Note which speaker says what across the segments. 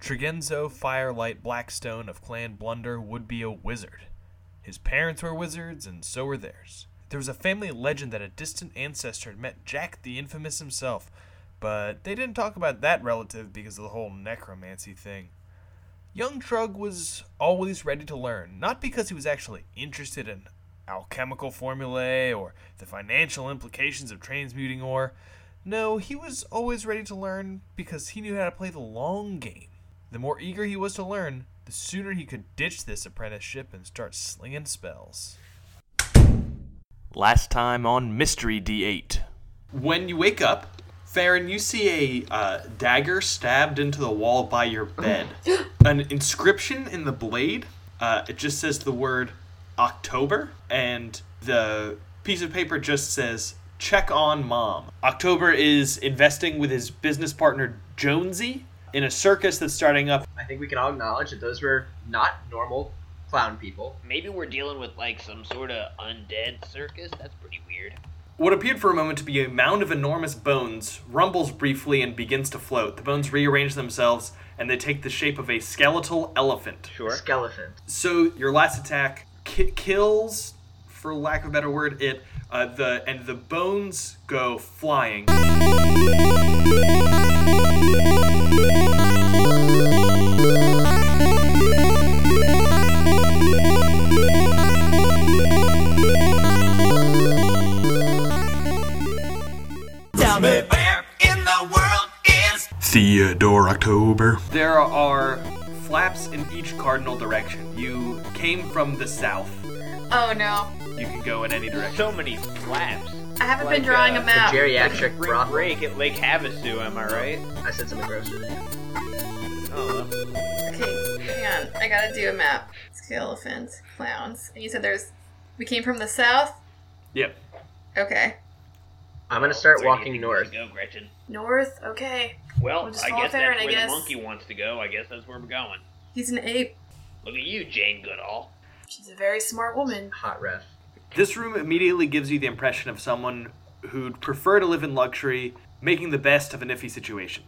Speaker 1: Tregenzo Firelight Blackstone of Clan Blunder would be a wizard. His parents were wizards, and so were theirs. There was a family legend that a distant ancestor had met Jack the Infamous himself, but they didn't talk about that relative because of the whole necromancy thing. Young Trug was always ready to learn, not because he was actually interested in alchemical formulae or the financial implications of transmuting ore. No, he was always ready to learn because he knew how to play the long game. The more eager he was to learn, the sooner he could ditch this apprenticeship and start slinging spells. Last time on Mystery D8.
Speaker 2: When you wake up, Farron, you see a uh, dagger stabbed into the wall by your bed. An inscription in the blade. Uh, it just says the word October, and the piece of paper just says check on mom. October is investing with his business partner Jonesy in a circus that's starting up.
Speaker 3: I think we can all acknowledge that those were not normal clown people.
Speaker 4: Maybe we're dealing with like some sort of undead circus. That's pretty weird.
Speaker 2: What appeared for a moment to be a mound of enormous bones rumbles briefly and begins to float. The bones rearrange themselves and they take the shape of a skeletal elephant.
Speaker 4: Sure.
Speaker 3: Skeleton.
Speaker 2: So your last attack ki- kills, for lack of a better word, it. Uh, the and the bones go flying.
Speaker 5: Where in the world is
Speaker 6: Theodore October.
Speaker 2: There are flaps in each cardinal direction. You came from the south.
Speaker 7: Oh no.
Speaker 2: You can go in any direction.
Speaker 4: So many flaps.
Speaker 7: I haven't
Speaker 4: Like,
Speaker 7: been drawing
Speaker 4: uh,
Speaker 7: a map.
Speaker 3: Geriatric
Speaker 4: Spring
Speaker 3: brothel.
Speaker 4: break at Lake Havasu, am I right?
Speaker 3: I said something gross. earlier.
Speaker 4: Oh, well.
Speaker 7: Okay, hang on. I gotta do a map. Elephants, clowns. And you said there's. We came from the south?
Speaker 2: Yep.
Speaker 7: Okay.
Speaker 3: I'm gonna start
Speaker 4: Where do you
Speaker 3: walking
Speaker 4: think we should
Speaker 3: north.
Speaker 4: Go, Gretchen.
Speaker 7: North? Okay.
Speaker 4: Well,
Speaker 7: We'll just
Speaker 4: I
Speaker 7: fall
Speaker 4: guess
Speaker 7: there
Speaker 4: that's
Speaker 7: and I
Speaker 4: where
Speaker 7: guess-
Speaker 4: the monkey wants to go. I guess that's where we're going.
Speaker 7: He's an ape.
Speaker 4: Look at you, Jane Goodall.
Speaker 7: She's a very smart woman.
Speaker 3: Hot ref.
Speaker 2: This room immediately gives you the impression of someone who'd prefer to live in luxury, making the best of an iffy situation.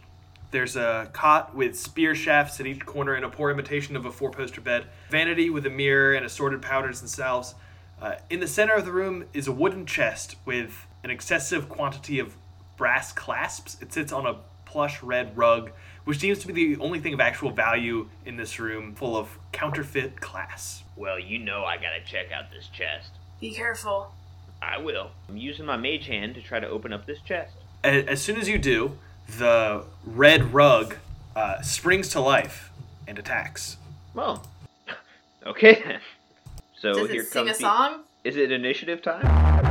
Speaker 2: There's a cot with spear shafts at each corner and a poor imitation of a four poster bed, vanity with a mirror and assorted powders and salves. Uh, in the center of the room is a wooden chest with an excessive quantity of brass clasps. It sits on a plush red rug, which seems to be the only thing of actual value in this room full of counterfeit glass.
Speaker 4: Well, you know I gotta check out this chest.
Speaker 7: Be careful.
Speaker 4: I will. I'm using my mage hand to try to open up this chest.
Speaker 2: A- as soon as you do, the red rug uh, springs to life and attacks.
Speaker 4: Well, okay then. So
Speaker 7: Does
Speaker 4: Oh, here
Speaker 7: it sing a
Speaker 4: comes the-
Speaker 7: song?
Speaker 4: Is it initiative time?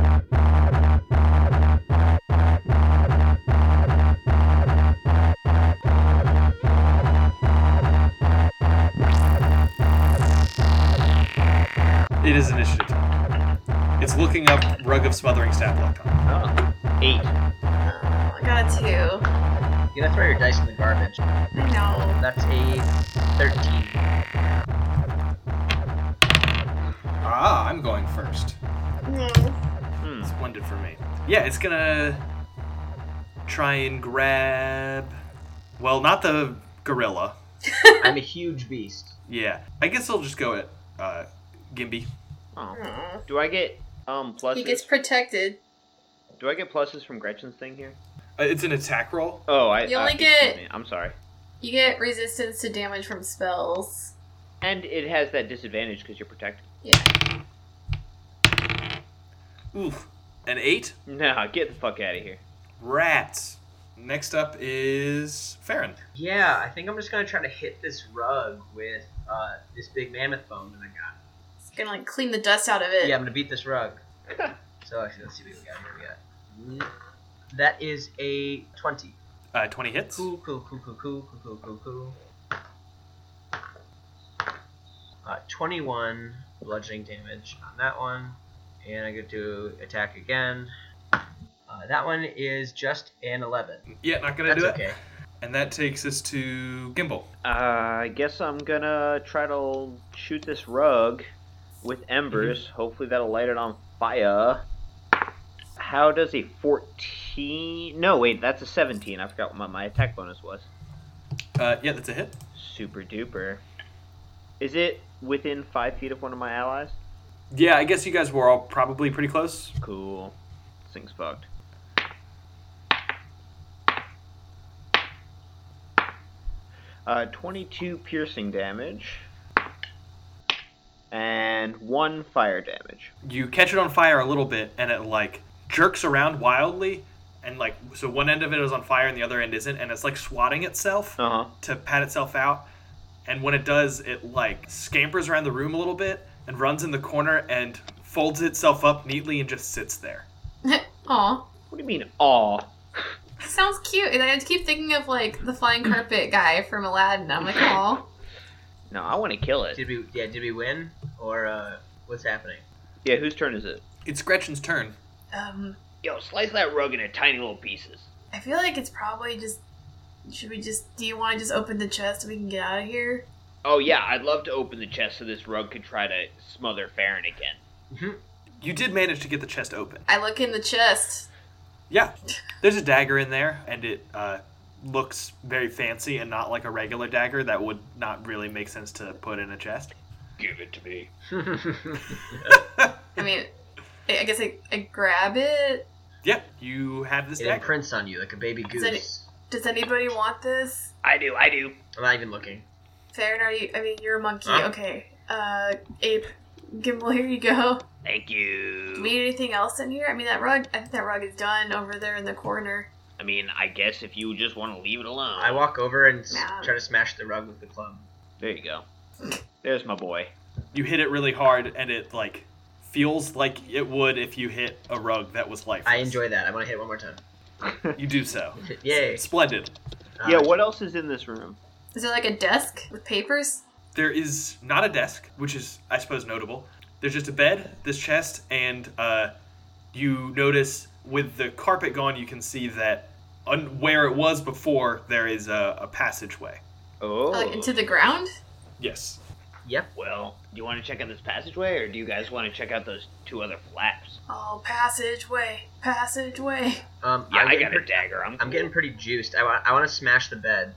Speaker 2: It is initiative time. It's looking up Rug of Smothering Stablock.
Speaker 4: Oh, eight.
Speaker 7: Oh, I got a two.
Speaker 3: You gotta throw your dice in the garbage.
Speaker 7: I know.
Speaker 3: That's a 13.
Speaker 2: Ah, I'm going first.
Speaker 7: No.
Speaker 4: Hmm.
Speaker 2: Splendid for me. Yeah, it's gonna try and grab. Well, not the gorilla.
Speaker 3: I'm a huge beast.
Speaker 2: Yeah, I guess I'll just go at uh, Gimby.
Speaker 4: Oh.
Speaker 7: Aw.
Speaker 4: Do I get um pluses?
Speaker 7: He gets protected.
Speaker 4: Do I get pluses from Gretchen's thing here?
Speaker 2: Uh, it's an attack roll.
Speaker 4: Oh, I.
Speaker 7: You only
Speaker 4: uh, excuse
Speaker 7: get-
Speaker 4: me, I'm sorry.
Speaker 7: You get resistance to damage from spells.
Speaker 4: And it has that disadvantage because you're protected.
Speaker 7: Yeah.
Speaker 2: Oof, an eight.
Speaker 4: Nah, get the fuck out of here.
Speaker 2: Rats. Next up is Farron.
Speaker 3: Yeah, I think I'm just gonna try to hit this rug with uh, this big mammoth bone that I got.
Speaker 7: It's gonna like clean the dust out of it.
Speaker 3: Yeah, I'm gonna beat this rug. so actually, let's see what we got here. We got that is a 20.
Speaker 2: Uh, 20 hits.
Speaker 3: Cool, cool, cool, cool, cool, cool, cool, cool, cool. Uh, 21 bludgeoning damage on that one. And I get to attack again. Uh, that one is just an 11.
Speaker 2: Yeah, not gonna
Speaker 3: That's
Speaker 2: do
Speaker 3: okay.
Speaker 2: it. And that takes us to Gimbal.
Speaker 4: Uh, I guess I'm gonna try to shoot this rug with embers. Hopefully that'll light it on fire. How does a 14? No, wait, that's a 17. I forgot what my, my attack bonus was.
Speaker 2: Uh, yeah, that's a hit.
Speaker 4: Super duper. Is it within five feet of one of my allies?
Speaker 2: Yeah, I guess you guys were all probably pretty close.
Speaker 4: Cool. This thing's fucked. Uh, 22 piercing damage. And one fire damage.
Speaker 2: You catch it on fire a little bit, and it like jerks around wildly, and like so one end of it is on fire and the other end isn't, and it's like swatting itself
Speaker 3: Oh.
Speaker 4: Uh huh.
Speaker 2: to pat itself out. And when it does, it like scampers around the room a little bit and runs in the corner and folds itself up neatly and just sits there.
Speaker 7: Aw.
Speaker 4: What do you mean, aw?
Speaker 7: Sounds cute. And I keep thinking of like the flying carpet guy from Aladdin. I'm like, aw.
Speaker 4: No, I want to kill it.
Speaker 3: Did we? Yeah, did we win? Or uh, what's happening?
Speaker 4: Yeah, whose turn is it?
Speaker 2: It's Gretchen's turn.
Speaker 7: Um,
Speaker 4: Yo, slice that rug into tiny little pieces.
Speaker 7: I feel like it's probably just. Should we just? Do you want to just open the chest so we can get out of here?
Speaker 4: Oh yeah, I'd love to open the chest so this rug could try to smother Farron again.
Speaker 2: You did manage to get the chest open.
Speaker 7: I look in the chest.
Speaker 2: Yeah, there's a dagger in there, and it uh, looks very fancy and not like a regular dagger that would not really make sense to put in a chest.
Speaker 4: Give it to me.
Speaker 7: I mean, I I guess I, I grab it.
Speaker 2: Yep, you have this
Speaker 3: It
Speaker 2: dagger.
Speaker 3: imprints on you like a baby
Speaker 7: that it?
Speaker 3: goose.
Speaker 7: Does anybody want this?
Speaker 4: I do, I do.
Speaker 3: I'm not even looking.
Speaker 7: Farron, are you? I mean, you're a monkey.
Speaker 3: Huh?
Speaker 7: Okay. Uh, ape. Gimbal, here you go.
Speaker 4: Thank you.
Speaker 7: Do we need anything else in here? I mean, that rug. I think that rug is done over there in the corner.
Speaker 4: I mean, I guess if you just want to leave it alone.
Speaker 3: I walk over and s
Speaker 7: Nah.
Speaker 3: try to smash the rug with the club.
Speaker 4: there you go. There's my boy.
Speaker 2: You hit it really hard, and it like feels like it would if you hit a rug that was lifeless.
Speaker 3: I enjoy that. I want to hit it one more time.
Speaker 2: You do so.
Speaker 3: Yay!
Speaker 2: Splendid.
Speaker 3: Uh,
Speaker 4: yeah, what else is in this room?
Speaker 7: Is there like a desk with papers?
Speaker 2: There is not a desk, which is, I suppose, notable. There's just a bed, this chest, and uh, you notice with the carpet gone, you can see that un- where it was before, there is a, a passageway.
Speaker 4: Oh.
Speaker 3: Uh,
Speaker 7: Like into the ground?
Speaker 2: Yes.
Speaker 3: Yep.
Speaker 4: well, do you want to check out this passageway, or do you guys want to check out those two other flaps?
Speaker 7: Oh, passageway, passageway.
Speaker 3: Um,
Speaker 4: Yeah,
Speaker 3: I'm
Speaker 4: I
Speaker 3: getting
Speaker 4: got
Speaker 3: pretty-
Speaker 4: a dagger. I'm,
Speaker 3: I'm getting pretty juiced. I want, I want to smash the bed.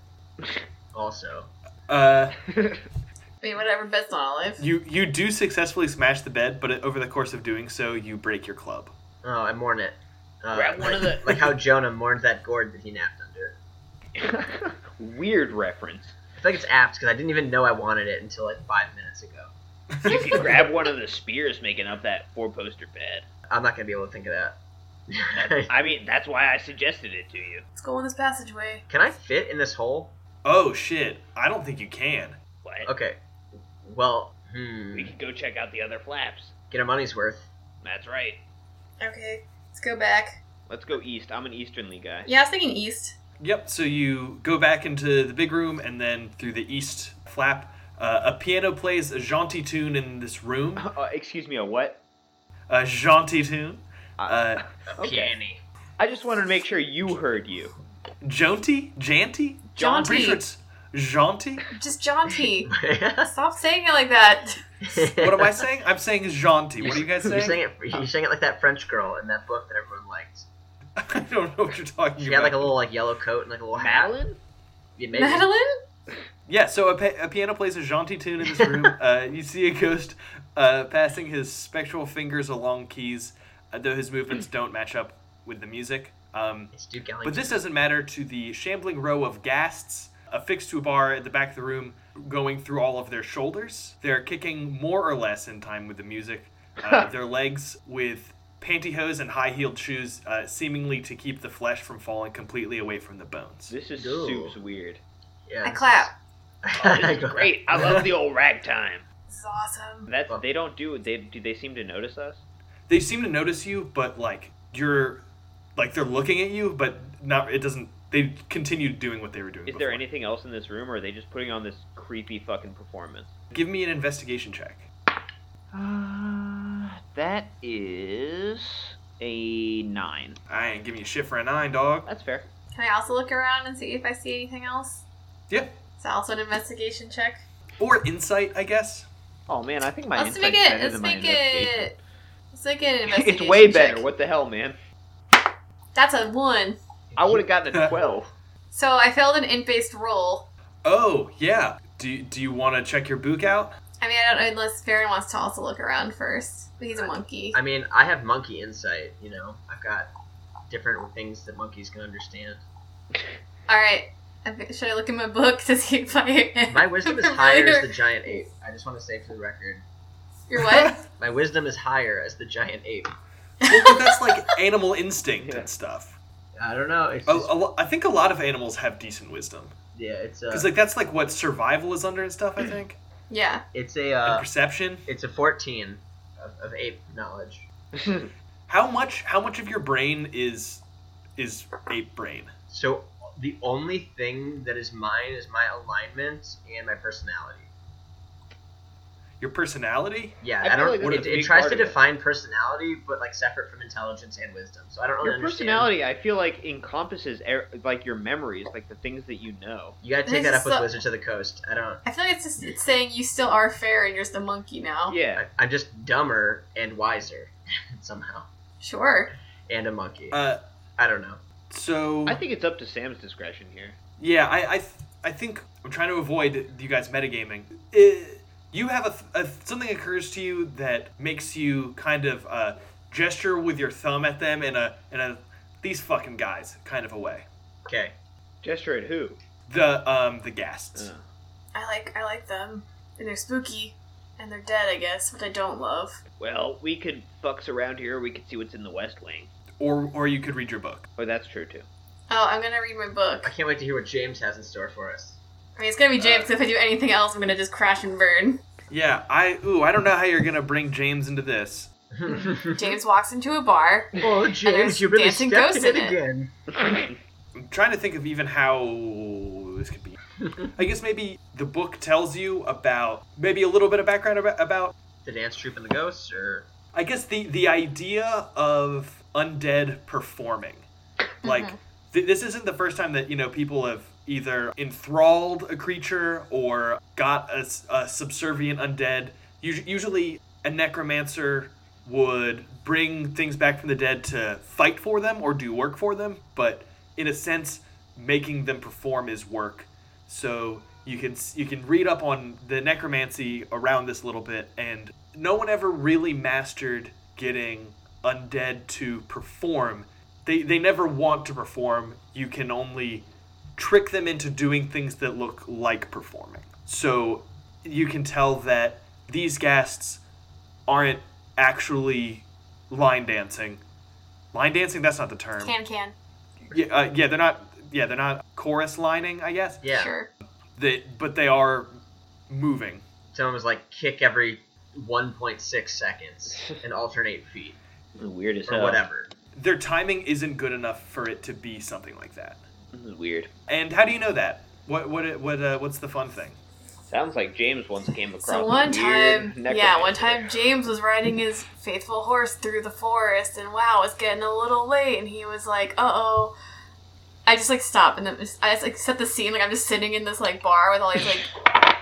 Speaker 3: Also,
Speaker 2: Uh,
Speaker 7: I mean, whatever, bed's not olive.
Speaker 2: you you do successfully smash the bed, but over the course of doing so, you break your club.
Speaker 3: oh, I mourn it. Uh,
Speaker 4: Grab one
Speaker 3: like,
Speaker 4: of the-
Speaker 3: like how Jonah mourns that gourd that he napped under.
Speaker 4: cool. Weird reference.
Speaker 3: I feel like it's apt because I didn't even know I wanted it until like five minutes ago.
Speaker 4: You could grab one of the spears making up that four-poster bed.
Speaker 3: I'm not gonna be able to think of that.
Speaker 4: I mean, that's why I suggested it to you.
Speaker 7: Let's go in this passageway.
Speaker 3: Can I fit in this hole?
Speaker 2: Oh shit! I don't think you can.
Speaker 4: What?
Speaker 3: Okay. Well, hmm.
Speaker 4: We could go check out the other flaps.
Speaker 3: Get our money's worth.
Speaker 4: That's right.
Speaker 7: Okay, let's go back.
Speaker 4: Let's go east. I'm an easterly guy.
Speaker 7: Yeah, I was thinking east.
Speaker 2: Yep. So you go back into the big room, and then through the east flap, uh, a piano plays a jaunty tune in this room.
Speaker 4: Uh, excuse me, a what?
Speaker 2: A jaunty tune. Uh,
Speaker 4: Okay. I just wanted to make sure you heard you.
Speaker 2: jaunty, janty.
Speaker 7: Jaunty.
Speaker 2: Pretty sure it's jaunty.
Speaker 7: Just jaunty. Stop saying it like that.
Speaker 2: What am I saying? I'm saying it's jaunty. What are you guys
Speaker 3: You're
Speaker 2: saying?
Speaker 3: saying it. You're saying it like that French girl in that book that everyone liked.
Speaker 2: I don't know what you're talking
Speaker 3: She
Speaker 2: about.
Speaker 3: had like a little like yellow coat and like a little hat.
Speaker 4: Madeline?
Speaker 3: Yeah, maybe.
Speaker 7: Madeline?
Speaker 2: Yeah, so a, pa- a piano plays a jaunty tune in this room. uh, you see a ghost uh, passing his spectral fingers along keys, uh, though his movements don't match up with the music. Um,
Speaker 3: It's Duke Ellington.
Speaker 2: but this doesn't matter to the shambling row of ghasts affixed to a bar at the back of the room, going through all of their shoulders. They're kicking more or less in time with the music. Uh, their legs with pantyhose and high-heeled shoes, uh, seemingly to keep the flesh from falling completely away from the bones.
Speaker 4: This is
Speaker 3: Ooh.
Speaker 4: soup's weird.
Speaker 3: Yeah,
Speaker 7: I
Speaker 3: this is-
Speaker 7: clap.
Speaker 4: Oh, this is great. I love the old ragtime.
Speaker 7: This is awesome.
Speaker 4: That's they don't do they do they seem to notice us?
Speaker 2: they seem to notice you, but like you're like they're looking at you, but not it doesn't. They continue doing what they were doing.
Speaker 4: Is
Speaker 2: before.
Speaker 4: there anything else in this room or are they just putting on this creepy fucking performance?
Speaker 2: Give me an investigation check.
Speaker 4: Uh, that is a 9.
Speaker 2: I ain't giving you shit for a nine, dog.
Speaker 4: That's fair.
Speaker 7: Can I also look around and see if I see anything else?
Speaker 2: Yep.
Speaker 7: Is that also an investigation check?
Speaker 2: Or insight, I guess.
Speaker 4: Oh man, I think my
Speaker 7: let's
Speaker 4: insight's
Speaker 7: make it.
Speaker 4: better
Speaker 7: Let's
Speaker 4: than my
Speaker 7: make
Speaker 4: investigation.
Speaker 7: it. Let's make it an
Speaker 4: it's
Speaker 7: investigation.
Speaker 4: way
Speaker 7: check.
Speaker 4: better. What the hell, man?
Speaker 7: That's a one.
Speaker 4: I would have gotten a 12.
Speaker 7: So I failed an int-based roll.
Speaker 2: Oh, yeah. Do, do you want to check your book out?
Speaker 7: I mean, I don't know unless Farron wants to also look around first. But he's a monkey.
Speaker 3: I mean, I have monkey insight. You know, I've got different things that monkeys can understand.
Speaker 7: All right. I think- Should I look in my book to see if I?
Speaker 3: My wisdom is higher as the giant ape. I just want to say for the record,
Speaker 7: Your what?
Speaker 3: my wisdom is higher as the giant ape.
Speaker 2: Well, but that's like animal instinct
Speaker 4: Yeah.
Speaker 2: and stuff.
Speaker 3: I don't know. It's
Speaker 2: A,
Speaker 3: just,
Speaker 2: a lo- I think a lot of animals have decent wisdom
Speaker 3: yeah, it's
Speaker 2: because
Speaker 3: a
Speaker 2: like that's like what survival is under and stuff. I think
Speaker 7: yeah.
Speaker 3: it's a
Speaker 2: and
Speaker 3: uh,
Speaker 2: perception.
Speaker 3: it's a fourteen of, of ape knowledge.
Speaker 2: How much? How much of your brain is is ape brain?
Speaker 3: So the only thing that is mine is my alignment and my personality.
Speaker 2: Your personality?
Speaker 3: Yeah,
Speaker 4: I
Speaker 3: I,
Speaker 4: feel
Speaker 3: don't.
Speaker 2: a
Speaker 3: it,
Speaker 4: like that's
Speaker 3: it
Speaker 4: big
Speaker 3: tries
Speaker 4: part
Speaker 3: to
Speaker 4: of it.
Speaker 3: define personality, but like separate from intelligence and wisdom. So I don't really
Speaker 4: Your
Speaker 3: understand.
Speaker 4: personality, I feel like, encompasses er- like your memories, like the things that you know.
Speaker 3: You gotta take that up with
Speaker 7: So-
Speaker 3: Wizards of the Coast. I don't.
Speaker 7: I feel like it's just it's saying you still are fair and you're just a monkey now.
Speaker 4: Yeah.
Speaker 3: I, I'm just dumber and wiser somehow,
Speaker 7: Sure.
Speaker 3: and a monkey.
Speaker 2: Uh,
Speaker 3: I don't know.
Speaker 2: so
Speaker 4: I think it's up to Sam's discretion here.
Speaker 2: yeah, I I, th- I think I'm trying to avoid you guys metagaming. Uh you have a, th- a th- something occurs to you that makes you kind of uh, gesture with your thumb at them in a in a these fucking guys kind of a way.
Speaker 3: Okay.
Speaker 4: Gesture at who?
Speaker 2: The um the ghasts.
Speaker 4: Uh,
Speaker 7: I like I like them, and they're spooky, and they're dead, I guess, but I don't love.
Speaker 4: well, we could fucks around here. We could see what's in the West Wing.
Speaker 2: Or or you could read your book.
Speaker 4: Oh, that's true too.
Speaker 7: Oh, I'm gonna read my
Speaker 3: I
Speaker 7: book.
Speaker 3: can't wait to hear what James has in store for us.
Speaker 7: I mean, it's gonna be James. 'cause if I do anything else, I'm gonna just crash and burn.
Speaker 2: Yeah, I ooh, I don't know how you're gonna bring James into this.
Speaker 7: James walks into a bar.
Speaker 3: oh,
Speaker 7: there's you really dancing stepped ghosts in in it it.
Speaker 3: again.
Speaker 2: I'm trying to think of even how this could be. I guess maybe the book tells you about maybe a little bit of background about, about
Speaker 3: The dance troupe and the ghosts, or
Speaker 2: I guess the the idea of undead performing. Like th- this isn't the first time that you know people have either enthralled a creature or got a, s- a subservient undead. Usu- Usually, a necromancer would bring things back from the dead to fight for them or do work for them, but in a sense, making them perform is work. So you can s- you can read up on the necromancy around this little bit, and no one ever really mastered getting undead to perform. They they never want to perform. You can only trick them into doing things that look like performing. So you can tell that these ghasts aren't actually line dancing. Line dancing that's not the term.
Speaker 7: Can can.
Speaker 2: Yeah, uh, yeah, they're not. Yeah, they're not chorus lining, I guess.
Speaker 3: yeah,
Speaker 7: Sure.
Speaker 2: They, but they are moving.
Speaker 3: someone was like kick every 1.6 seconds and alternate feet
Speaker 4: This is weird as
Speaker 3: or
Speaker 4: hell.
Speaker 3: whatever.
Speaker 2: Their timing isn't good enough for it to be something like that.
Speaker 4: This is weird.
Speaker 2: And how do you know that? What what what uh, what's the fun thing?
Speaker 4: Sounds like James once came across.
Speaker 7: So
Speaker 4: a
Speaker 7: one
Speaker 4: weird
Speaker 7: time, yeah,
Speaker 4: necromancer.
Speaker 7: one time James was riding his faithful horse through the forest, and wow, it's getting a little late, and he was like, "Uh oh." I just like stop and then I just like set the scene. Like I'm just sitting in this like bar with all these like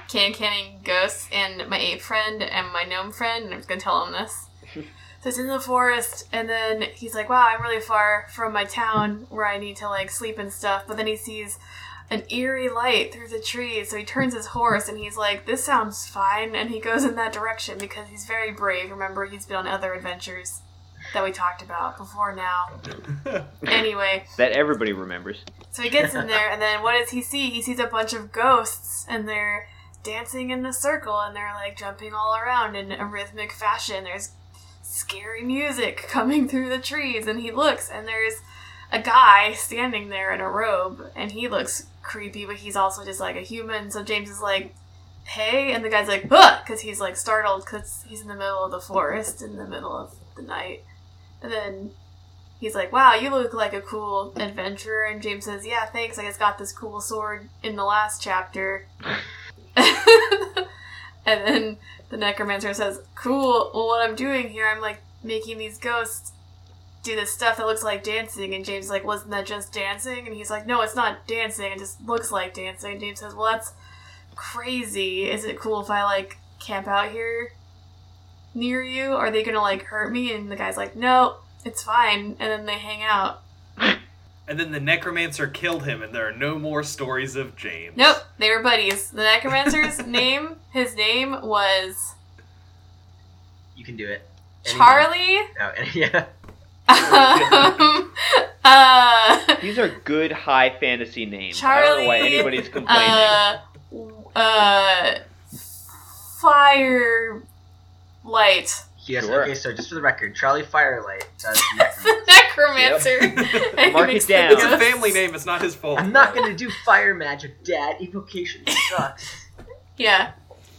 Speaker 7: can canning ghosts and my ape friend and my gnome friend, and I'm just gonna tell him this. So it's in the forest, and then he's like, "Wow, I'm really far from my town where I need to like sleep and stuff." But then he sees an eerie light through the trees, so he turns his horse and he's like, "This sounds fine," and he goes in that direction because he's very brave. Remember, he's been on other adventures that we talked about before now. anyway,
Speaker 4: that everybody remembers.
Speaker 7: so he gets in there, and then what does he see? He sees a bunch of ghosts, and they're dancing in a circle, and they're like jumping all around in a rhythmic fashion. There's scary music coming through the trees, and he looks, and there's a guy standing there in a robe, and he looks creepy, but he's also just like a human. So James is like, "Hey," and the guy's like, "Huh," because he's like startled because he's in the middle of the forest in the middle of the night, and then he's like, "Wow, you look like a cool adventurer." And James says, "Yeah, thanks. I just got this cool sword in the last chapter." and then the necromancer says, "Cool. Well, what I'm doing here, I'm like making these ghosts do this stuff that looks like dancing." And James is like, "Wasn't that just dancing?" And he's like, "No, it's not dancing. It just looks like dancing." And James says, "Well, that's crazy. Is it cool if I like camp out here?" near you are they gonna like hurt me and the guy's like no it's fine. And then they hang out.
Speaker 2: and then the necromancer killed him, and there are no more stories of James.
Speaker 7: Nope, they were buddies. The necromancer's name, his name was
Speaker 3: You can do it. Anyone.
Speaker 7: Charlie.
Speaker 3: No, yeah.
Speaker 7: Um, uh,
Speaker 4: These are good high fantasy names. I don't know why
Speaker 7: Charlie,
Speaker 4: anybody's complaining.
Speaker 7: uh, uh, fire light.
Speaker 3: Yes.
Speaker 4: Sure.
Speaker 3: Okay. So just for the record, Charlie Firelight does.
Speaker 7: The
Speaker 3: necromancy.
Speaker 7: necromancer. And
Speaker 4: Mark it
Speaker 7: makes
Speaker 4: down.
Speaker 2: It's
Speaker 7: things
Speaker 2: a
Speaker 7: up.
Speaker 2: family name. It's not his fault.
Speaker 3: I'm not gonna do fire magic, Dad. Evocation sucks.
Speaker 7: Yeah,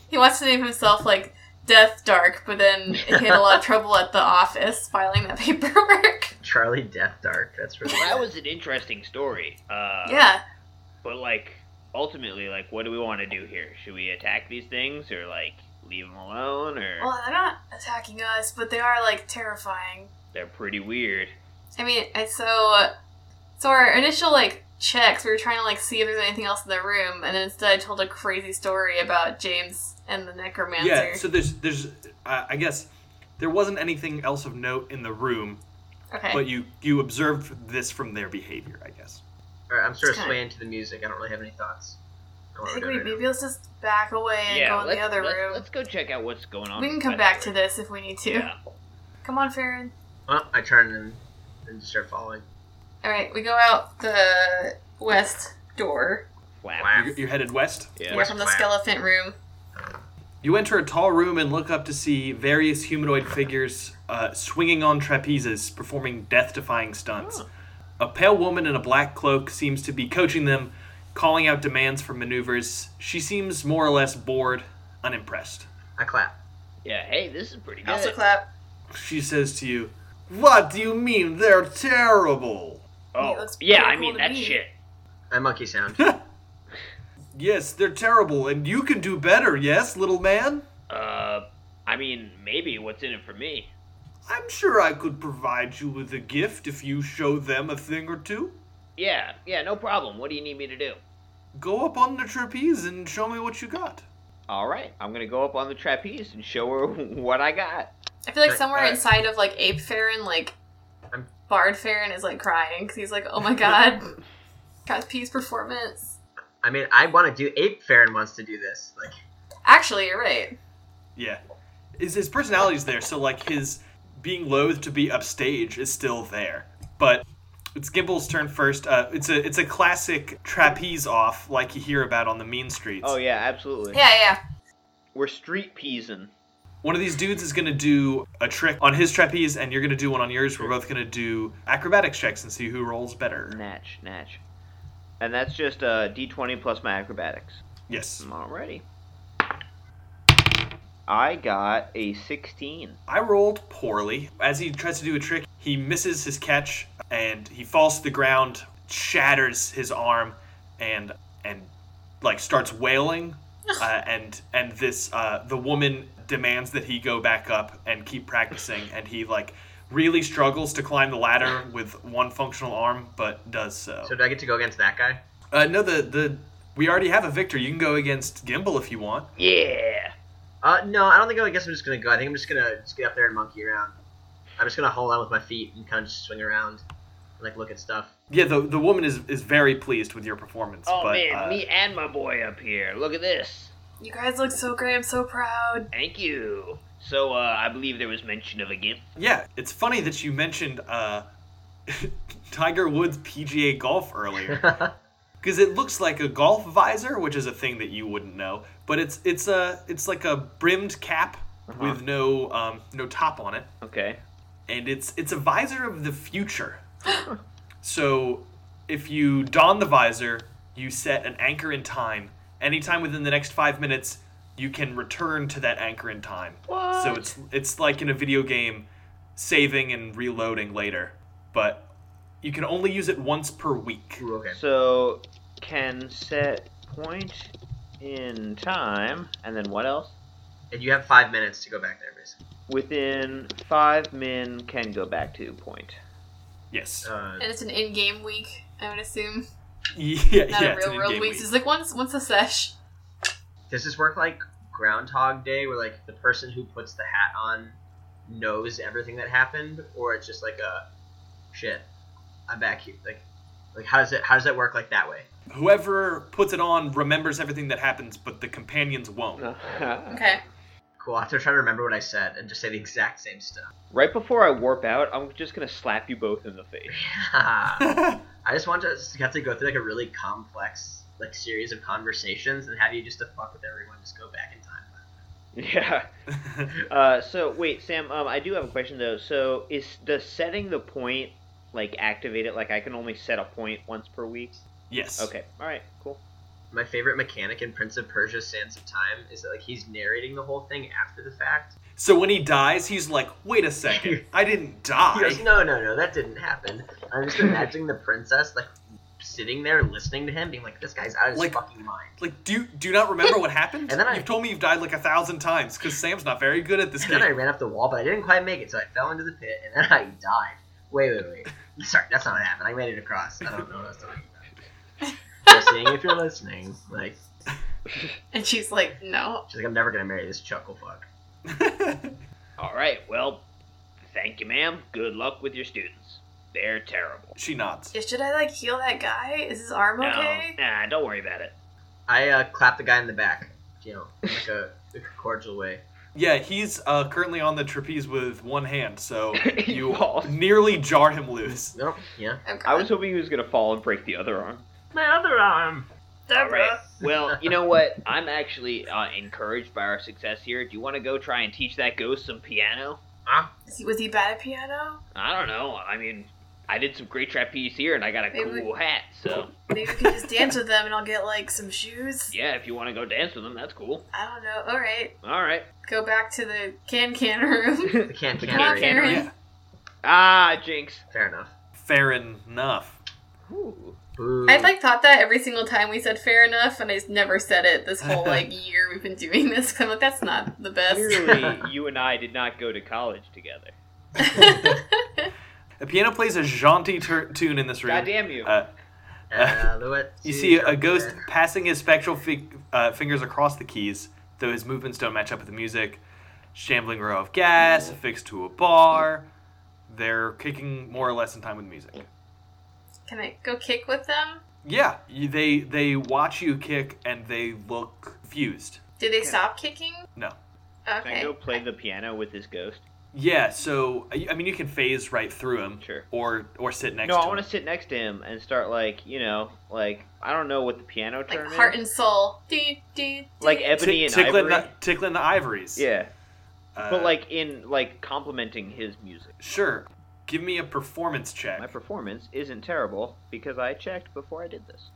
Speaker 7: he wants to name himself like Death Dark, but then he had a lot of trouble at the office filing that paperwork.
Speaker 3: Charlie Death Dark. That's really.
Speaker 4: Well, that was an interesting story. Uh,
Speaker 7: yeah,
Speaker 4: But like, ultimately, like, what do we want to do here? Should we attack these things, or like, leave them alone, or
Speaker 7: well, they're not attacking us, but they are like terrifying.
Speaker 4: they're pretty weird?
Speaker 7: I mean, and so uh, so our initial like checks, we were trying to like see if there's anything else in the room, and instead I told a crazy story about James and the necromancer.
Speaker 2: Yeah. So there's there's uh, I guess there wasn't anything else of note in the room,
Speaker 7: okay.
Speaker 2: but you you observed this from their behavior, I guess.
Speaker 3: Alright, I'm sort of
Speaker 7: It's kinda-
Speaker 3: swaying to the music. I don't really have any thoughts. on what
Speaker 7: I think
Speaker 3: we're
Speaker 7: we,
Speaker 3: doing right
Speaker 7: maybe let's just back away and go in
Speaker 4: let's,
Speaker 7: the other
Speaker 4: let's,
Speaker 7: room.
Speaker 4: let's go check out what's going on.
Speaker 7: we can come
Speaker 4: inside
Speaker 7: back to
Speaker 4: the
Speaker 7: this if we need to.
Speaker 4: room. Yeah.
Speaker 7: Come on, Farron.
Speaker 3: now. Well, I turn and, and start following.
Speaker 7: All right, we go out the west door.
Speaker 4: Flap.
Speaker 3: Wow.
Speaker 2: You're, you're headed west.
Speaker 4: Yeah.
Speaker 7: We're from the
Speaker 3: Wow.
Speaker 7: skeleton room.
Speaker 2: You enter a tall room and look up to see various humanoid figures uh, swinging on trapezes, performing death defying stunts. A pale woman in a black cloak seems to be coaching them, calling out demands for maneuvers. She seems more or less bored, unimpressed.
Speaker 3: I clap.
Speaker 4: Yeah. Hey, this is pretty good.
Speaker 7: Also clap.
Speaker 2: She says to you, What do you mean they're terrible?
Speaker 7: Yeah, it
Speaker 4: oh,
Speaker 7: looks
Speaker 4: yeah.
Speaker 7: pretty
Speaker 4: I
Speaker 7: cool
Speaker 4: mean
Speaker 7: to
Speaker 4: that
Speaker 7: me.
Speaker 4: shit.
Speaker 3: I monkey sound.
Speaker 2: Yes, they're terrible, and you can do better, yes, little man?
Speaker 4: Uh, I mean, maybe what's in it for me?
Speaker 2: I'm sure I could provide you with a gift if you show them a thing or two.
Speaker 4: Yeah. Yeah. No problem. What do you need me to do?
Speaker 2: Go up on the trapeze and show me what you got.
Speaker 4: All right. I'm gonna go up on the trapeze and show her what I got.
Speaker 7: I feel like
Speaker 3: Right,
Speaker 7: somewhere
Speaker 2: alright.
Speaker 7: inside of like Ape Farron, like
Speaker 3: I'm-
Speaker 7: Bard Farron is like crying because he's like, oh my god, Trapeze performance.
Speaker 3: I mean, I want to do Ape Farron wants to do this. Like,
Speaker 7: Actually, you're right.
Speaker 2: Yeah. His, his personality's there, so like his being loath to be upstage is still there. But it's Gimble's turn first. Uh, it's a it's a classic trapeze off like you hear about on the mean streets.
Speaker 4: Oh yeah, absolutely.
Speaker 7: Yeah, yeah.
Speaker 4: We're street peasing.
Speaker 2: One of these dudes is gonna do a trick on his trapeze, and you're gonna do one on yours. We're both gonna do acrobatics checks and see who rolls better.
Speaker 4: Natch, natch. And that's just uh, D20 plus my acrobatics.
Speaker 2: Yes.
Speaker 4: Alrighty. I got a 16.
Speaker 2: I rolled poorly. As he tries to do a trick, he misses his catch and he falls to the ground, shatters his arm, and and like starts wailing. Uh, and and this uh, the woman demands that he go back up and keep practicing, and he like really struggles to climb the ladder with one functional arm, but does so.
Speaker 3: so do I get to go against that guy?
Speaker 2: Uh, no, the the we already have a victor. You can go against Gimbal if you want.
Speaker 4: Yeah!
Speaker 3: Uh, no, I don't think I guess I'm just gonna go. I think I'm just gonna just get up there and monkey around. I'm just gonna hold on with my feet and kind of just swing around, and, like look at stuff.
Speaker 2: Yeah, the the woman is is very pleased with your performance.
Speaker 4: Oh
Speaker 2: but,
Speaker 4: man,
Speaker 2: uh,
Speaker 4: me and my boy up here. Look at this.
Speaker 7: You guys look so great. I'm so proud.
Speaker 4: Thank you. So, uh, I believe there was mention of a gift.
Speaker 2: Yeah, it's funny that you mentioned uh, Tiger Woods PGA golf earlier because it looks like a golf visor, which is a thing that you wouldn't know, but it's it's a it's like a brimmed cap with no um, no top on it,
Speaker 4: Okay.
Speaker 2: and it's it's a visor of the future. so if you don the visor, you set an anchor in time. Anytime within the next five minutes, you can return to that anchor in time. So
Speaker 4: What?
Speaker 2: it's it's like in a video game, saving and reloading later, but you can only use it once per week.
Speaker 3: Ooh, okay.
Speaker 4: So, can set point in time, and then what else?
Speaker 3: And you have five minutes to go back there, basically.
Speaker 4: Within five min can go back to point.
Speaker 2: Yes.
Speaker 3: Uh,
Speaker 7: And it's an in-game week, I would assume.
Speaker 2: yeah.
Speaker 7: Not
Speaker 2: yeah.
Speaker 7: a
Speaker 2: it's an
Speaker 7: real world
Speaker 2: in-game
Speaker 7: week. So It's like once once a sesh.
Speaker 3: does this work like Groundhog Day, where like the person who puts the hat on knows everything that happened, or it's just like a shit? I'm back here. Like Like how does it how does it work like that way?
Speaker 2: Whoever puts it on remembers everything that happens, but the companions won't.
Speaker 8: Okay.
Speaker 3: Cool. I have to try to remember what I said and just say the exact same stuff.
Speaker 4: right before I warp out, I'm just gonna slap you both in the face.
Speaker 3: I just want to just have to go through like a really complex like series of conversations and have you just to fuck with everyone just go back in time.
Speaker 4: Yeah. uh, so wait, Sam. Um, I do have a question though. So is the setting the point like activated? Like I can only set a point once per week.
Speaker 2: Yes.
Speaker 4: Okay. All right. Cool.
Speaker 3: My favorite mechanic in Prince of Persia: Sands of Time is that like he's narrating the whole thing after the fact.
Speaker 2: So when he dies, he's like, "Wait a second, I didn't
Speaker 3: He goes,
Speaker 2: die."
Speaker 3: no, no, no, that didn't happen. I'm just imagining the princess like sitting there listening to him, being like, "This guy's out of his
Speaker 2: Like-
Speaker 3: fucking mind."
Speaker 2: Like, do you- do you not remember what happened?
Speaker 3: And then I-
Speaker 2: you've told me you've died like a thousand times because Sam's not very good at this
Speaker 3: And then I
Speaker 2: game.
Speaker 3: ran up the wall, but I didn't quite make it, so I fell into the pit, and then I died. Wait, wait, wait. Sorry, that's not what happened. I made it across. I don't know what I was talking about. Just seeing if you're listening. Like,
Speaker 8: And she's like, no.
Speaker 3: she's like, I'm never gonna marry this chuckle fuck.
Speaker 4: All right. Well, thank you, ma'am. Good luck with your students. They're terrible.
Speaker 2: she nods.
Speaker 7: Should I like heal that guy? Is his arm okay?
Speaker 4: No. Nah. Don't worry about it.
Speaker 3: I uh, clapped the guy in the back, you know, in like a, a cordial way.
Speaker 2: Yeah, he's uh, currently on the trapeze with one hand, so
Speaker 4: He
Speaker 2: you
Speaker 4: falls.
Speaker 2: nearly jar him loose.
Speaker 3: Nope, yeah.
Speaker 8: Oh, God.
Speaker 4: I was hoping he was gonna fall and break the other arm.
Speaker 3: My other arm.
Speaker 4: All right. Well, you know what? I'm actually uh, encouraged by our success here. Do you want to go try and teach that ghost some piano?
Speaker 7: Is he, was he bad at piano?
Speaker 4: I don't know. I mean, I did some great trapeze here, and I got a
Speaker 7: Maybe-
Speaker 4: cool hat. So
Speaker 7: Maybe we can just dance with them and I'll get like some shoes.
Speaker 4: yeah, if you want to go dance with them, that's cool.
Speaker 7: I don't know. All right,
Speaker 4: All right.
Speaker 7: go back to the can can room.
Speaker 3: The can
Speaker 7: Come on,
Speaker 3: cannery.
Speaker 7: Karen.
Speaker 2: Yeah.
Speaker 4: Ah, Jinx.
Speaker 3: Fair enough.
Speaker 2: Fair enough.
Speaker 4: Ooh.
Speaker 3: Boo.
Speaker 8: I've like thought that every single time we said fair enough, and I just never said it this whole like year we've been doing this. Cause I'm like, that's not the best.
Speaker 4: Clearly, you and I did not go to college together.
Speaker 2: The piano plays a jaunty tur tune in this room.
Speaker 4: God damn you.
Speaker 2: Uh,
Speaker 3: Uh, Louis-
Speaker 2: you see a ghost passing his spectral fi- uh, fingers across the keys, though his movements don't match up with the music. Shambling row of gas affixed to a bar. They're kicking more or less in time with music.
Speaker 8: Can I go kick with them?
Speaker 2: Yeah, you, they they watch you kick and they look fused.
Speaker 8: Do they stop kicking?
Speaker 2: No.
Speaker 4: Can I
Speaker 8: Okay.
Speaker 4: go play the piano with this ghost?
Speaker 2: Yeah, so I I mean you can phase right through him,
Speaker 4: Sure.
Speaker 2: or or sit next.
Speaker 4: no,
Speaker 2: to
Speaker 4: I want
Speaker 2: him.
Speaker 4: to sit next to him and start like you know, like I don't know what the piano term
Speaker 8: Like
Speaker 4: is.
Speaker 8: heart and soul. Do, do, do.
Speaker 4: like
Speaker 2: Tick-
Speaker 4: ebony and
Speaker 2: tickling
Speaker 4: ivory.
Speaker 2: the, tickling the ivories.
Speaker 4: Yeah,
Speaker 2: Uh,
Speaker 4: but like in like complimenting his music.
Speaker 2: sure, give me a performance check.
Speaker 4: My performance isn't terrible because I checked before I did this.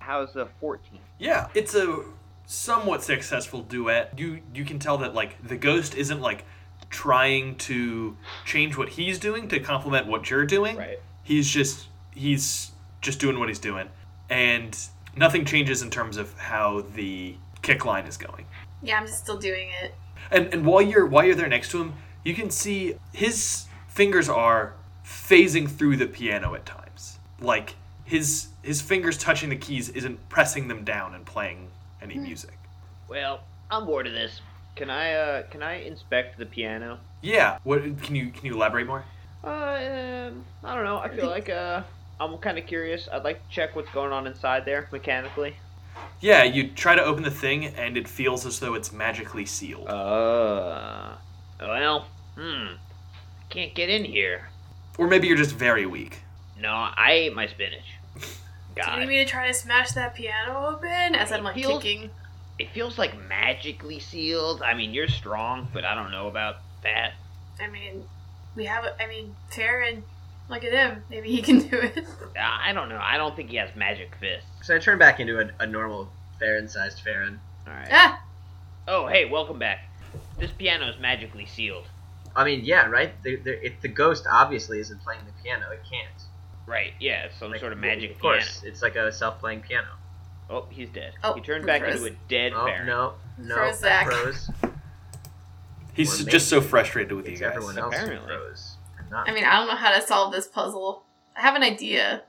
Speaker 4: How's the 14?
Speaker 2: Yeah, it's a somewhat successful duet. You you can tell that like the ghost isn't like trying to change what he's doing to complement what you're doing.
Speaker 4: Right.
Speaker 2: He's just he's just doing what he's doing, and nothing changes in terms of how the kick line is going.
Speaker 8: Yeah, I'm just still doing it.
Speaker 2: And and while you're while you're there next to him, you can see his fingers are phasing through the piano at times. Like his his fingers touching the keys isn't pressing them down and playing
Speaker 7: Hmm.
Speaker 2: any music.
Speaker 4: Well, I'm bored of this. Can I uh can I inspect the piano?
Speaker 2: Yeah. What can you can you elaborate more?
Speaker 4: Uh, um, I don't know. I feel like uh I'm kind of curious. I'd like to check what's going on inside there mechanically.
Speaker 2: Yeah, you try to open the thing and it feels as though it's magically sealed.
Speaker 4: Uh Well, hmm. Can't get in here.
Speaker 2: or maybe you're just very weak.
Speaker 4: No, I ate my spinach.
Speaker 7: Do you need
Speaker 4: God.
Speaker 7: me to try to smash that piano open as I'm like
Speaker 4: Heels.
Speaker 7: kicking?
Speaker 4: It feels like magically sealed. I mean, you're strong, but I don't know about that.
Speaker 7: I mean, we have. a- I mean, Taryn, look at him. Maybe he can do it.
Speaker 4: I I don't know. I don't think he has magic fists.
Speaker 3: So I turn back into a, a normal Farron-sized Farron.
Speaker 4: All right.
Speaker 7: ah,
Speaker 4: Oh, hey, welcome back. This piano is magically sealed.
Speaker 3: I mean, yeah, right? The, the, if the ghost obviously isn't playing the piano, it can't.
Speaker 4: Right? Yeah, it's some
Speaker 3: Like,
Speaker 4: sort of magic
Speaker 3: Of
Speaker 4: piano.
Speaker 3: course, it's like a self-playing piano.
Speaker 4: Oh, he's dead.
Speaker 7: Oh,
Speaker 4: he turned
Speaker 7: we
Speaker 4: back
Speaker 7: froze.
Speaker 4: into a dead
Speaker 3: Oh
Speaker 4: baron.
Speaker 3: no, no,
Speaker 7: Froze Zach.
Speaker 3: froze. Or
Speaker 2: He's
Speaker 3: maybe
Speaker 2: just so frustrated with
Speaker 3: It's
Speaker 2: you guys.
Speaker 3: everyone else
Speaker 4: Apparently.
Speaker 3: who froze. I'm Not.
Speaker 8: I mean, I don't know how to solve this puzzle. I have an idea,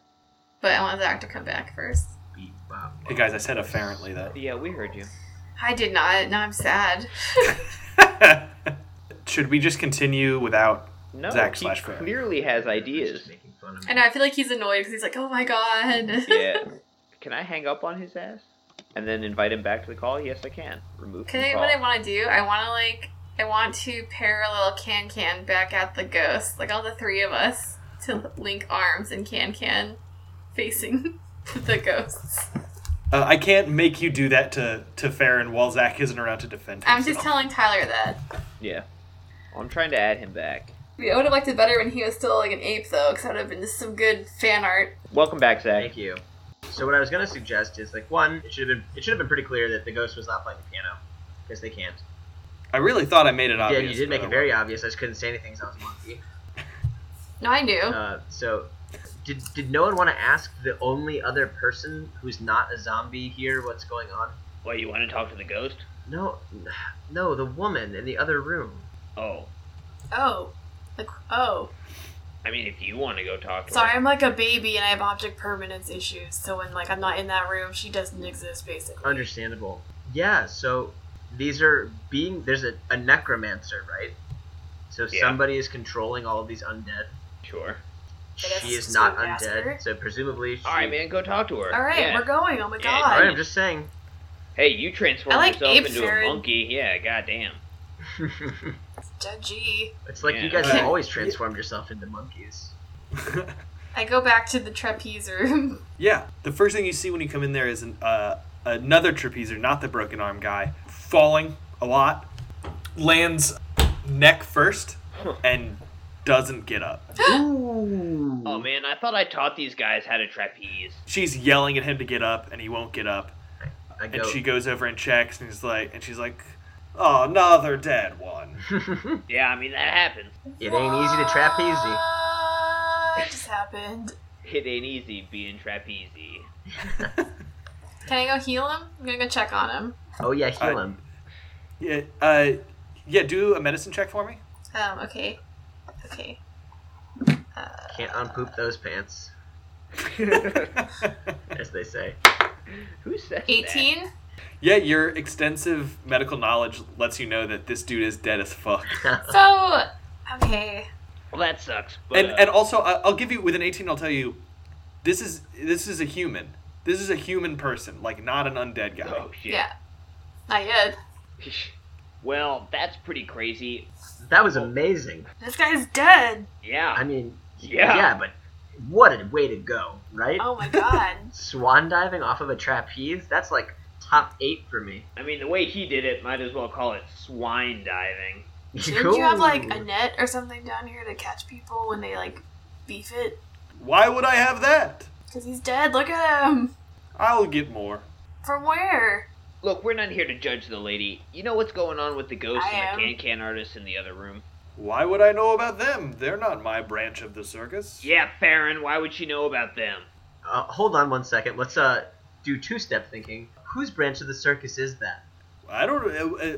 Speaker 8: but I want Zach to come back first.
Speaker 3: Beep, bop,
Speaker 2: Hey guys, I said apparently though.
Speaker 4: Yeah, we heard you.
Speaker 8: I did not. Now I'm sad.
Speaker 2: Should we just continue without
Speaker 4: No,
Speaker 2: Zach
Speaker 4: he
Speaker 2: slash Farron.
Speaker 4: clearly has ideas.
Speaker 3: making fun of me.
Speaker 7: I know. I feel like he's annoyed because he's like, "Oh my god."
Speaker 9: Yeah. Can I hang up on his ass and then invite him back to the call? Yes, I can. Remove from
Speaker 7: Can
Speaker 9: the
Speaker 7: I,
Speaker 9: call.
Speaker 7: what I want to do? I want to like I want to parallel Can Can back at the ghost, like all the three of us to link arms and Can Can facing the ghosts.
Speaker 2: Uh, I can't make you do that to to Farron while Zach isn't around to defend himself.
Speaker 7: I'm just telling Tyler that.
Speaker 9: Yeah. Well, I'm trying to add him back.
Speaker 7: I would have liked it better when he was still like an ape though, because that would have been just some good fan art.
Speaker 9: Welcome back, Zach.
Speaker 3: Thank you. So what I was gonna suggest is like one, it should have been it should have been pretty clear that the ghost was not playing the piano because they can't.
Speaker 2: I really thought I made it obvious.
Speaker 3: yeah, you did make
Speaker 2: but
Speaker 3: it very obvious. I just couldn't say anything. Sounds monkey.
Speaker 7: No, I knew.
Speaker 10: Oh.
Speaker 3: Uh, so did did no one want to ask the only other person who's not a zombie here what's going on?
Speaker 4: Wait, you want to talk to the ghost?
Speaker 3: No, no, the woman in the other room.
Speaker 4: Oh,
Speaker 10: Oh. Like, oh.
Speaker 4: I mean, if you want to go talk to
Speaker 10: Sorry,
Speaker 4: her.
Speaker 10: I'm like a baby and I have object permanence issues. So when like I'm not in that room, she doesn't exist basically.
Speaker 3: Understandable. Yeah, so these are being there's a, a necromancer, right? So
Speaker 4: Yeah.
Speaker 3: somebody is controlling all of these undead.
Speaker 4: Sure.
Speaker 10: guess
Speaker 3: She is
Speaker 10: it's
Speaker 3: not
Speaker 10: a master.
Speaker 3: undead, so presumably she
Speaker 4: All right, man, go talk to her.
Speaker 10: All right,
Speaker 4: Yeah.
Speaker 10: we're going. Oh my
Speaker 4: Yeah,
Speaker 3: All right,
Speaker 10: god.
Speaker 3: I'm just saying.
Speaker 4: Hey, you transformed
Speaker 10: I like
Speaker 4: yourself
Speaker 10: ape
Speaker 4: into
Speaker 10: Farron.
Speaker 4: a monkey. Yeah, goddamn.
Speaker 10: Judgy.
Speaker 3: it's like you
Speaker 4: Yeah.
Speaker 3: guys
Speaker 2: Okay.
Speaker 3: have always transformed yourself into monkeys.
Speaker 7: I go back to the trapeze room.
Speaker 2: Yeah, the first thing you see when you come in there is an, uh, another trapezer, not the broken arm guy, falling a lot, lands neck first, and doesn't get up.
Speaker 4: Oh man, I thought I taught these guys how to trapeze.
Speaker 2: She's yelling at him to get up, and he won't get up.
Speaker 3: I go.
Speaker 2: And she goes over and checks, and he's like, and she's like, "Oh, another dead one."
Speaker 4: Yeah, I mean that happens.
Speaker 3: it ain't easy to trapeze.
Speaker 10: What just happened?
Speaker 4: It ain't easy being trapeze.
Speaker 7: Can I go heal him? I'm gonna go check on him.
Speaker 3: Oh yeah, heal
Speaker 2: I-
Speaker 3: him.
Speaker 2: Yeah, uh, yeah. Do a medicine check for me.
Speaker 7: Um, okay, okay.
Speaker 3: Can't unpoop those pants, as they say.
Speaker 4: Who said that?
Speaker 7: 18.
Speaker 2: Yeah, your extensive medical knowledge lets you know that this dude is dead as fuck.
Speaker 7: So, okay.
Speaker 4: Well, that sucks. But,
Speaker 2: and
Speaker 4: uh,
Speaker 2: and also, I- I'll give you with an eighteen. I'll tell you, this is this is a human. This is a human person, like not an undead guy.
Speaker 4: oh shit.
Speaker 7: Yeah. Not yet.
Speaker 4: Well, that's pretty crazy.
Speaker 3: That was amazing.
Speaker 10: This guy's dead.
Speaker 4: Yeah.
Speaker 3: I mean,
Speaker 4: Yeah.
Speaker 3: yeah, but what a way to go, right?
Speaker 10: Oh my god.
Speaker 3: Swan diving off of a trapeze? That's like top eight for me.
Speaker 4: I mean, the way he did it, might as well call it swine diving.
Speaker 10: Didn't you have like a net or something down here to catch people when they like beef it?
Speaker 2: Why would I have that?
Speaker 10: Because he's dead. Look at him.
Speaker 2: I'll get more.
Speaker 10: From where?
Speaker 4: Look, we're not here to judge the lady. You know what's going on with the ghost
Speaker 10: I
Speaker 4: and the
Speaker 10: am.
Speaker 4: can can artist in the other room?
Speaker 2: Why would I know about them? They're not my branch of the circus.
Speaker 4: Yeah, Farron, why would she know about them?
Speaker 3: Uh, hold on one second. Let's uh do two step thinking. Whose branch of the circus is that?
Speaker 2: I don't. Uh, uh,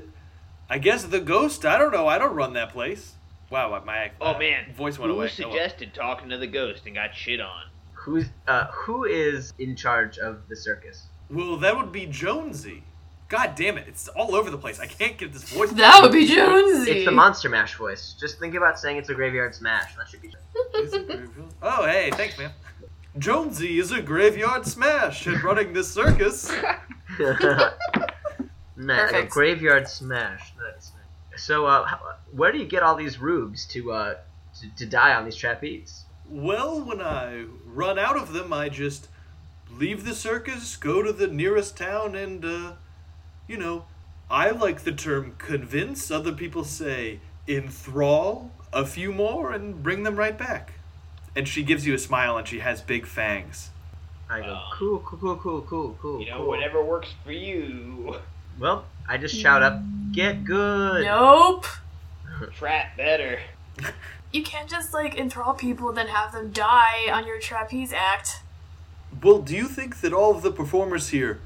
Speaker 2: I guess the ghost. I don't know. I don't run that place. Wow, my
Speaker 4: Oh
Speaker 2: uh,
Speaker 4: man,
Speaker 2: voice went
Speaker 4: who
Speaker 2: away. Oh, well.
Speaker 4: suggested talking to the ghost and got shit on?
Speaker 3: Who's uh who is in charge of the circus?
Speaker 2: Well, that would be Jonesy. God damn it! It's all over the place. I can't get this voice.
Speaker 7: That would be Jonesy.
Speaker 3: It's the Monster Mash voice. Just think about saying it's a graveyard smash. That should be.
Speaker 2: oh, hey, thanks, man. Jonesy is a graveyard smash at running this circus.
Speaker 3: Man, a
Speaker 7: Perfect.
Speaker 3: graveyard smash. Nice. So, uh, how- where do you get all these rubes to uh to, to die on these trapeze?
Speaker 2: Well, when I run out of them, I just leave the circus, go to the nearest town, and, uh, you know, I like the term convince. Other people say enthrall a few more and bring them right back. And she gives you a smile and she has big fangs.
Speaker 3: I go
Speaker 4: Um,
Speaker 3: cool, cool, cool, cool, cool, cool.
Speaker 4: You know,
Speaker 3: Oh, cool.
Speaker 4: whatever works for you.
Speaker 3: Well, I just shout up, get good.
Speaker 10: Nope.
Speaker 4: Trap better.
Speaker 10: You can't just like enthrall people and then have them die on your trapeze act.
Speaker 2: Well, do you think that all of the performers here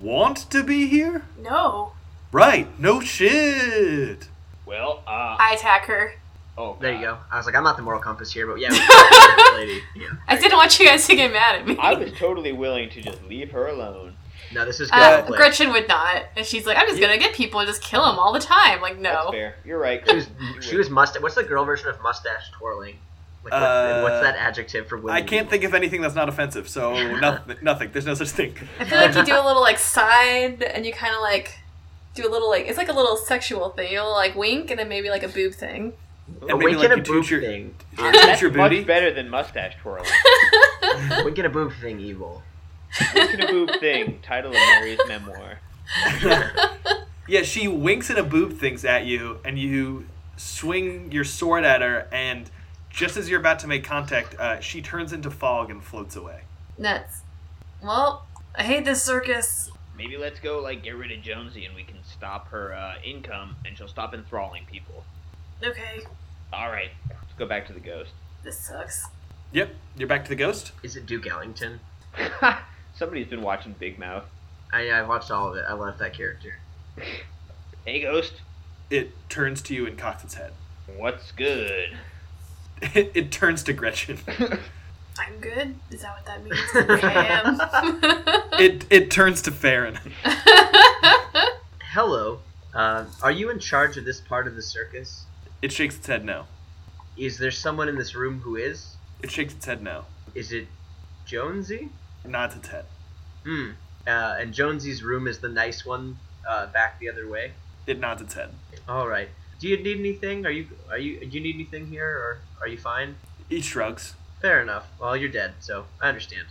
Speaker 2: want to be here?
Speaker 10: No.
Speaker 2: Right, no shit!
Speaker 4: Well, uh,
Speaker 7: I attack her.
Speaker 4: oh,
Speaker 3: There you
Speaker 4: God.
Speaker 3: go. I was like, I'm not the moral compass here, but yeah, we got this lady. Yeah.
Speaker 7: I didn't want you guys to get mad at me.
Speaker 4: I was totally willing to just leave her alone.
Speaker 3: No, this is good.
Speaker 7: Uh,
Speaker 3: play.
Speaker 7: Gretchen would not. And she's like, I'm just gonna get people and just kill them all the time. Like,
Speaker 4: That's
Speaker 7: no.
Speaker 4: fair. You're right.
Speaker 3: She was,
Speaker 4: Chris. You
Speaker 3: she
Speaker 4: were-
Speaker 3: was mustache. What's the girl version of mustache twirling? Like, what's, the- what's
Speaker 2: Uh,
Speaker 3: that adjective for women?
Speaker 2: I can't think of anything that's not offensive, so nothing. nothing. There's no such thing.
Speaker 7: I feel like you do a little like side, and you kind of like do a little like it's like a little sexual thing. You'll like wink, and then maybe like a boob thing.
Speaker 2: And maybe
Speaker 3: wink and
Speaker 2: like you
Speaker 3: a boob
Speaker 2: toot your,
Speaker 3: thing.
Speaker 2: your, toot
Speaker 4: That's
Speaker 2: your booty.
Speaker 4: much better than mustache twirling.
Speaker 3: wink and a boob thing, evil.
Speaker 4: Look at a boob thing. Title of Mary's memoir.
Speaker 2: Yeah, she winks and a boob things at you, and you swing your sword at her, and just as you're about to make contact, uh, she turns into fog and floats away.
Speaker 7: Nuts. Well, I hate this circus.
Speaker 4: Maybe let's go like get rid of Jonesy and we can stop her uh, income and she'll stop enthralling people.
Speaker 7: Okay,
Speaker 4: All right, let's go back to the ghost.
Speaker 7: this sucks.
Speaker 2: Yep, you're back to the ghost.
Speaker 3: Is it Duke Ellington?
Speaker 4: Somebody's been watching Big Mouth.
Speaker 3: I, I watched all of it. I love that character.
Speaker 4: Hey, ghost,
Speaker 2: It turns to you and cocks its head.
Speaker 4: what's good?
Speaker 2: It, it turns to Gretchen.
Speaker 7: I'm good. Is that what that means? I
Speaker 2: It it turns to Farron.
Speaker 3: Hello. Um, are you in charge of this part of the circus?
Speaker 2: It shakes its head no.
Speaker 3: Is there someone in this room who is?
Speaker 2: It shakes its head no.
Speaker 3: Is it Jonesy?
Speaker 2: Nods its head.
Speaker 3: Hmm. Uh, and Jonesy's room is the nice one uh, back the other way.
Speaker 2: It nods its head.
Speaker 3: All right. Do you need anything? Are you are you do you need anything here or are you fine?
Speaker 2: It shrugs.
Speaker 3: Fair enough. Well, you're dead, so I understand.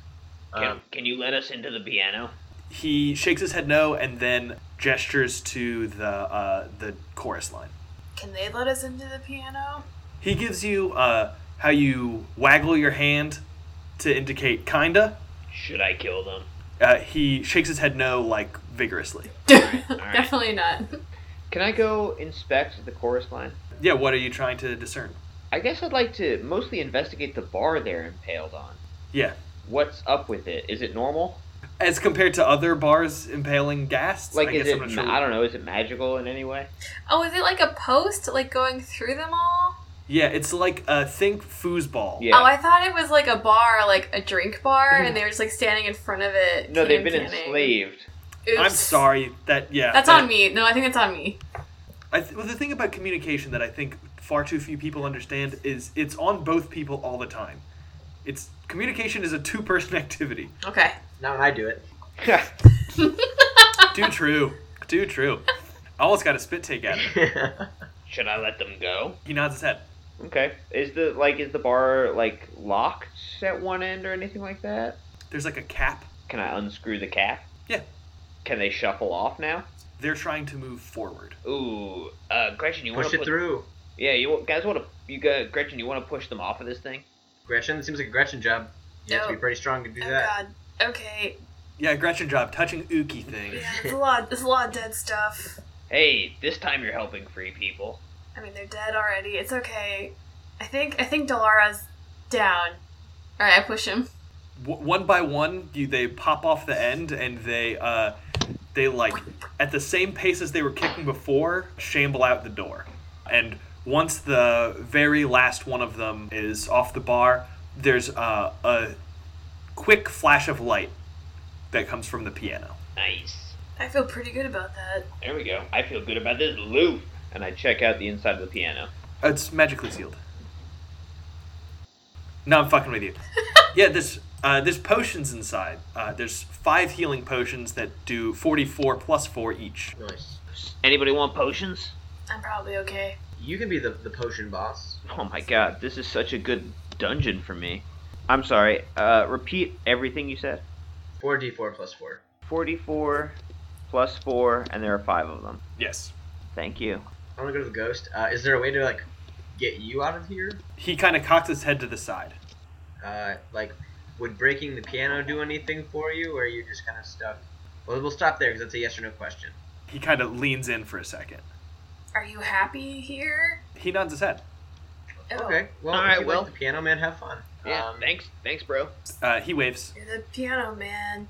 Speaker 4: Can,
Speaker 3: Um,
Speaker 4: can you let us into the piano?
Speaker 2: He shakes his head no and then gestures to the uh, the chorus line.
Speaker 7: Can they let us into the piano?
Speaker 2: He gives you uh, how you waggle your hand to indicate kinda.
Speaker 4: Should I kill them?
Speaker 2: Uh, he shakes his head no, like vigorously.
Speaker 7: Definitely not.
Speaker 4: Can I go inspect the chorus line?
Speaker 2: Yeah, what are you trying to discern?
Speaker 4: I guess I'd like to mostly investigate the bar they're impaled on.
Speaker 2: Yeah.
Speaker 4: What's up with it? Is it normal?
Speaker 2: As compared to other bars impaling ghasts,
Speaker 4: Like,
Speaker 2: I
Speaker 4: is
Speaker 2: guess
Speaker 4: it?
Speaker 2: I'm not
Speaker 4: ma-
Speaker 2: sure.
Speaker 4: I don't know. Is it magical in any way?
Speaker 7: Oh, is it like a post, like going through them all?
Speaker 2: Yeah, it's like uh, think foosball.
Speaker 4: Yeah.
Speaker 7: Oh, I thought it was like a bar, like a drink bar, and they were just like standing in front of it.
Speaker 4: No, they've been
Speaker 7: can-canning.
Speaker 4: enslaved.
Speaker 7: Oops.
Speaker 2: I'm sorry that yeah.
Speaker 7: That's
Speaker 2: that-
Speaker 7: on me. No, I think it's on me.
Speaker 2: I th- well, the thing about communication that I think far too few people understand is it's on both people all the time. It's communication is a two-person activity.
Speaker 7: Okay.
Speaker 3: now I do it.
Speaker 2: Too true. Too true. I almost got a spit take at him.
Speaker 4: Should I let them go?
Speaker 2: He nods his head.
Speaker 4: Okay. Is the like is the bar like locked at one end or anything like that?
Speaker 2: There's like a cap.
Speaker 4: Can I unscrew the cap?
Speaker 2: Yeah.
Speaker 4: Can they shuffle off now?
Speaker 2: They're trying to move forward.
Speaker 4: Ooh, uh, Gretchen, you want
Speaker 3: Push
Speaker 4: to
Speaker 3: it through.
Speaker 4: Yeah, you guys want to you got Gretchen, you want to push them off of this thing?
Speaker 3: Gretchen seems like a Gretchen job. You have to
Speaker 7: No.
Speaker 3: be pretty strong to do
Speaker 7: Oh
Speaker 3: that.
Speaker 7: god. Okay.
Speaker 2: Yeah, Gretchen job touching Uki thing.
Speaker 7: Yeah, it's a lot. It's a lot of dead stuff.
Speaker 4: Hey, this time you're helping free people.
Speaker 7: I mean, they're dead already. It's okay. I think. I think Dolara's down. All right, I push him.
Speaker 2: W- one by one, you, they pop off the end and they uh, they like at the same pace as they were kicking before, shamble out the door. And once the very last one of them is off the bar, there's uh, a quick flash of light that comes from the piano.
Speaker 4: Nice.
Speaker 7: I feel pretty good about that.
Speaker 4: There we go. I feel good about this loot. And I check out the inside of the piano.
Speaker 2: It's magically sealed. No, I'm fucking with you. yeah, there's uh, there's potions inside. Uh, there's five healing potions that do 44 plus four each.
Speaker 3: Nice.
Speaker 4: Anybody want potions?
Speaker 7: I'm probably okay.
Speaker 3: You can be the, the potion boss.
Speaker 4: Oh my god, this is such a good dungeon for me. I'm sorry. Uh, repeat everything you said.
Speaker 3: 4d4 plus 4.
Speaker 4: 44 plus 4 and there are 5 of them.
Speaker 2: Yes.
Speaker 4: Thank you.
Speaker 3: I want to go to the ghost. Uh, is there a way to like get you out of here?
Speaker 2: He kind of cocks his head to the side.
Speaker 3: Uh, like, would breaking the piano do anything for you, or are you just kind of stuck? Well, we'll stop there because that's a yes or no question.
Speaker 2: He kind of leans in for a second.
Speaker 7: Are you happy here?
Speaker 2: He nods his head.
Speaker 7: Oh,
Speaker 3: Okay. Well,
Speaker 4: All
Speaker 3: if
Speaker 4: right,
Speaker 3: you
Speaker 4: well-
Speaker 3: like the piano man, have fun.
Speaker 4: Yeah,
Speaker 3: Um,
Speaker 4: thanks. Thanks, bro.
Speaker 2: Uh, he waves.
Speaker 7: You're the piano man.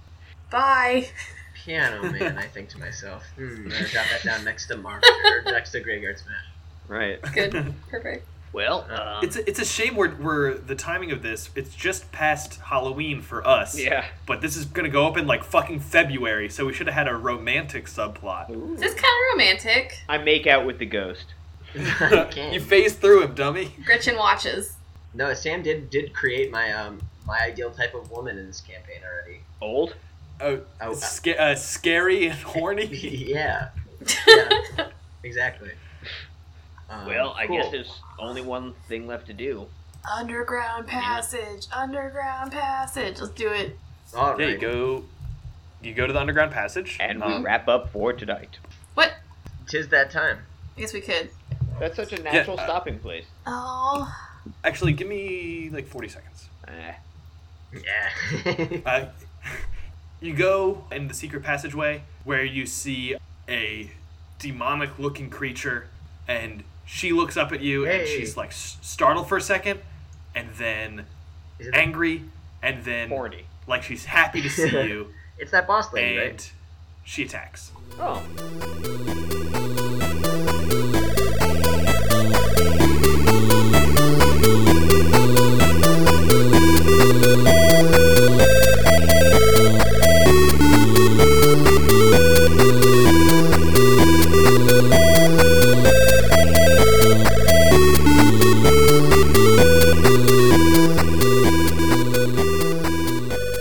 Speaker 7: Bye.
Speaker 3: piano man. I think to myself, hmm, better drop that down next to Mark or next to Graveyard Smash.
Speaker 4: Right.
Speaker 7: Good. Perfect.
Speaker 4: Well, um,
Speaker 2: It's a, it's a shame we're, we're the timing of this. It's just past Halloween for us.
Speaker 4: yeah.
Speaker 2: But this is gonna go up in like fucking February, so we should have had a romantic subplot.
Speaker 7: This is kind of romantic.
Speaker 4: I make out with the ghost.
Speaker 2: you phase through him, dummy.
Speaker 7: Gretchen watches.
Speaker 3: No, Sam did did create my um my ideal type of woman in this campaign already.
Speaker 11: Old?
Speaker 2: Oh,
Speaker 3: Oh, uh,
Speaker 2: sca- uh, scary and horny.
Speaker 3: yeah. yeah. Exactly. Um,
Speaker 11: Well, I
Speaker 3: cool.
Speaker 11: guess there's only one thing left to do.
Speaker 7: Underground passage, underground passage. Let's do it.
Speaker 3: All
Speaker 2: There you
Speaker 3: right.
Speaker 2: go. You go to the underground passage.
Speaker 11: And we
Speaker 2: Um,
Speaker 11: wrap up for tonight.
Speaker 8: What?
Speaker 3: Tis that time.
Speaker 8: I guess we could.
Speaker 11: That's such a natural
Speaker 2: uh,
Speaker 11: stopping place.
Speaker 7: Oh,
Speaker 2: actually, give me like 40 seconds.
Speaker 11: Eh.
Speaker 3: Yeah.
Speaker 2: Uh, you go in the secret passageway where you see a demonic looking creature, and she looks up at you and
Speaker 3: Hey.
Speaker 2: she's like s- startled for a second, and then
Speaker 3: Is it-
Speaker 2: angry, and then
Speaker 11: Horny.
Speaker 2: like she's happy to see you,
Speaker 3: it's that boss lady, right?
Speaker 2: and she attacks.
Speaker 11: Oh.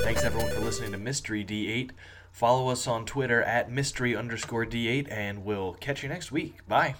Speaker 2: Thanks everyone for listening to Mystery D8. Follow us on Twitter at mystery underscore D8, and we'll catch you next week. Bye.